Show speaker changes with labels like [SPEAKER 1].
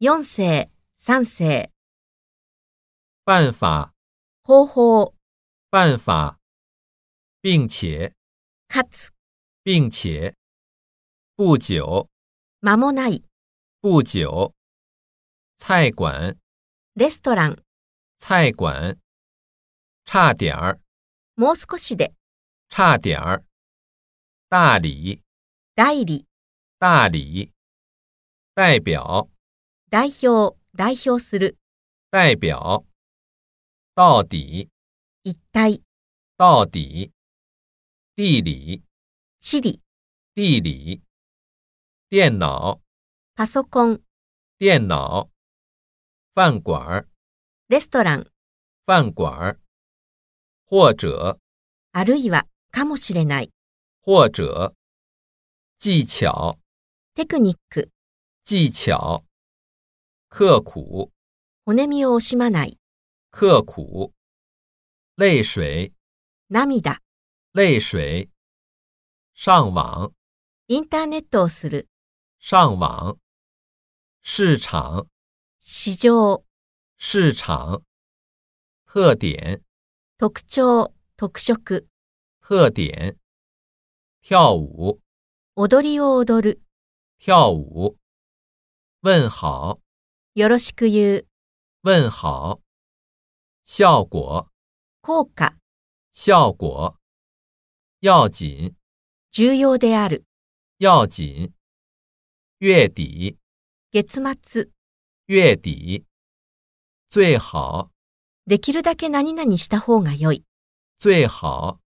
[SPEAKER 1] 4世、3世、
[SPEAKER 2] 办法、
[SPEAKER 1] 方法、
[SPEAKER 2] 办法，并且、
[SPEAKER 1] かつ、
[SPEAKER 2] 并且、不久、
[SPEAKER 1] 間もない、
[SPEAKER 2] 不久、菜馆、
[SPEAKER 1] レストラン、
[SPEAKER 2] 菜馆，差点儿，
[SPEAKER 1] もう少しで、
[SPEAKER 2] 差点儿，大理，
[SPEAKER 1] 代理、
[SPEAKER 2] 大理，代表，
[SPEAKER 1] 代表、代表する、
[SPEAKER 2] 代表，到底，
[SPEAKER 1] 一体、
[SPEAKER 2] 到底，地理，
[SPEAKER 1] 地理、
[SPEAKER 2] 地理，电脑，
[SPEAKER 1] パソコン、
[SPEAKER 2] 电脑，饭馆儿，
[SPEAKER 1] レストラン、
[SPEAKER 2] 饭馆儿，或者，
[SPEAKER 1] あるいは、かもしれない、
[SPEAKER 2] 或者，技巧，
[SPEAKER 1] テクニック、
[SPEAKER 2] 技巧，刻苦。
[SPEAKER 1] 骨身を惜しまない、
[SPEAKER 2] 刻苦，泪水，
[SPEAKER 1] 涙、
[SPEAKER 2] 泪水，上网，
[SPEAKER 1] インターネットをする、
[SPEAKER 2] 上网，市场，
[SPEAKER 1] 市場、
[SPEAKER 2] 市场，特点，
[SPEAKER 1] 特徴、特色、
[SPEAKER 2] 特点，跳舞，
[SPEAKER 1] 踊りを踊る、
[SPEAKER 2] 跳舞，问好，
[SPEAKER 1] よろしく言う、
[SPEAKER 2] 问好，效果，
[SPEAKER 1] 効果、
[SPEAKER 2] 效果，要紧，
[SPEAKER 1] 重要である、
[SPEAKER 2] 要紧，月底，
[SPEAKER 1] 月末、
[SPEAKER 2] 月底，最好。
[SPEAKER 1] できるだけ何々した方が良い。
[SPEAKER 2] 最好。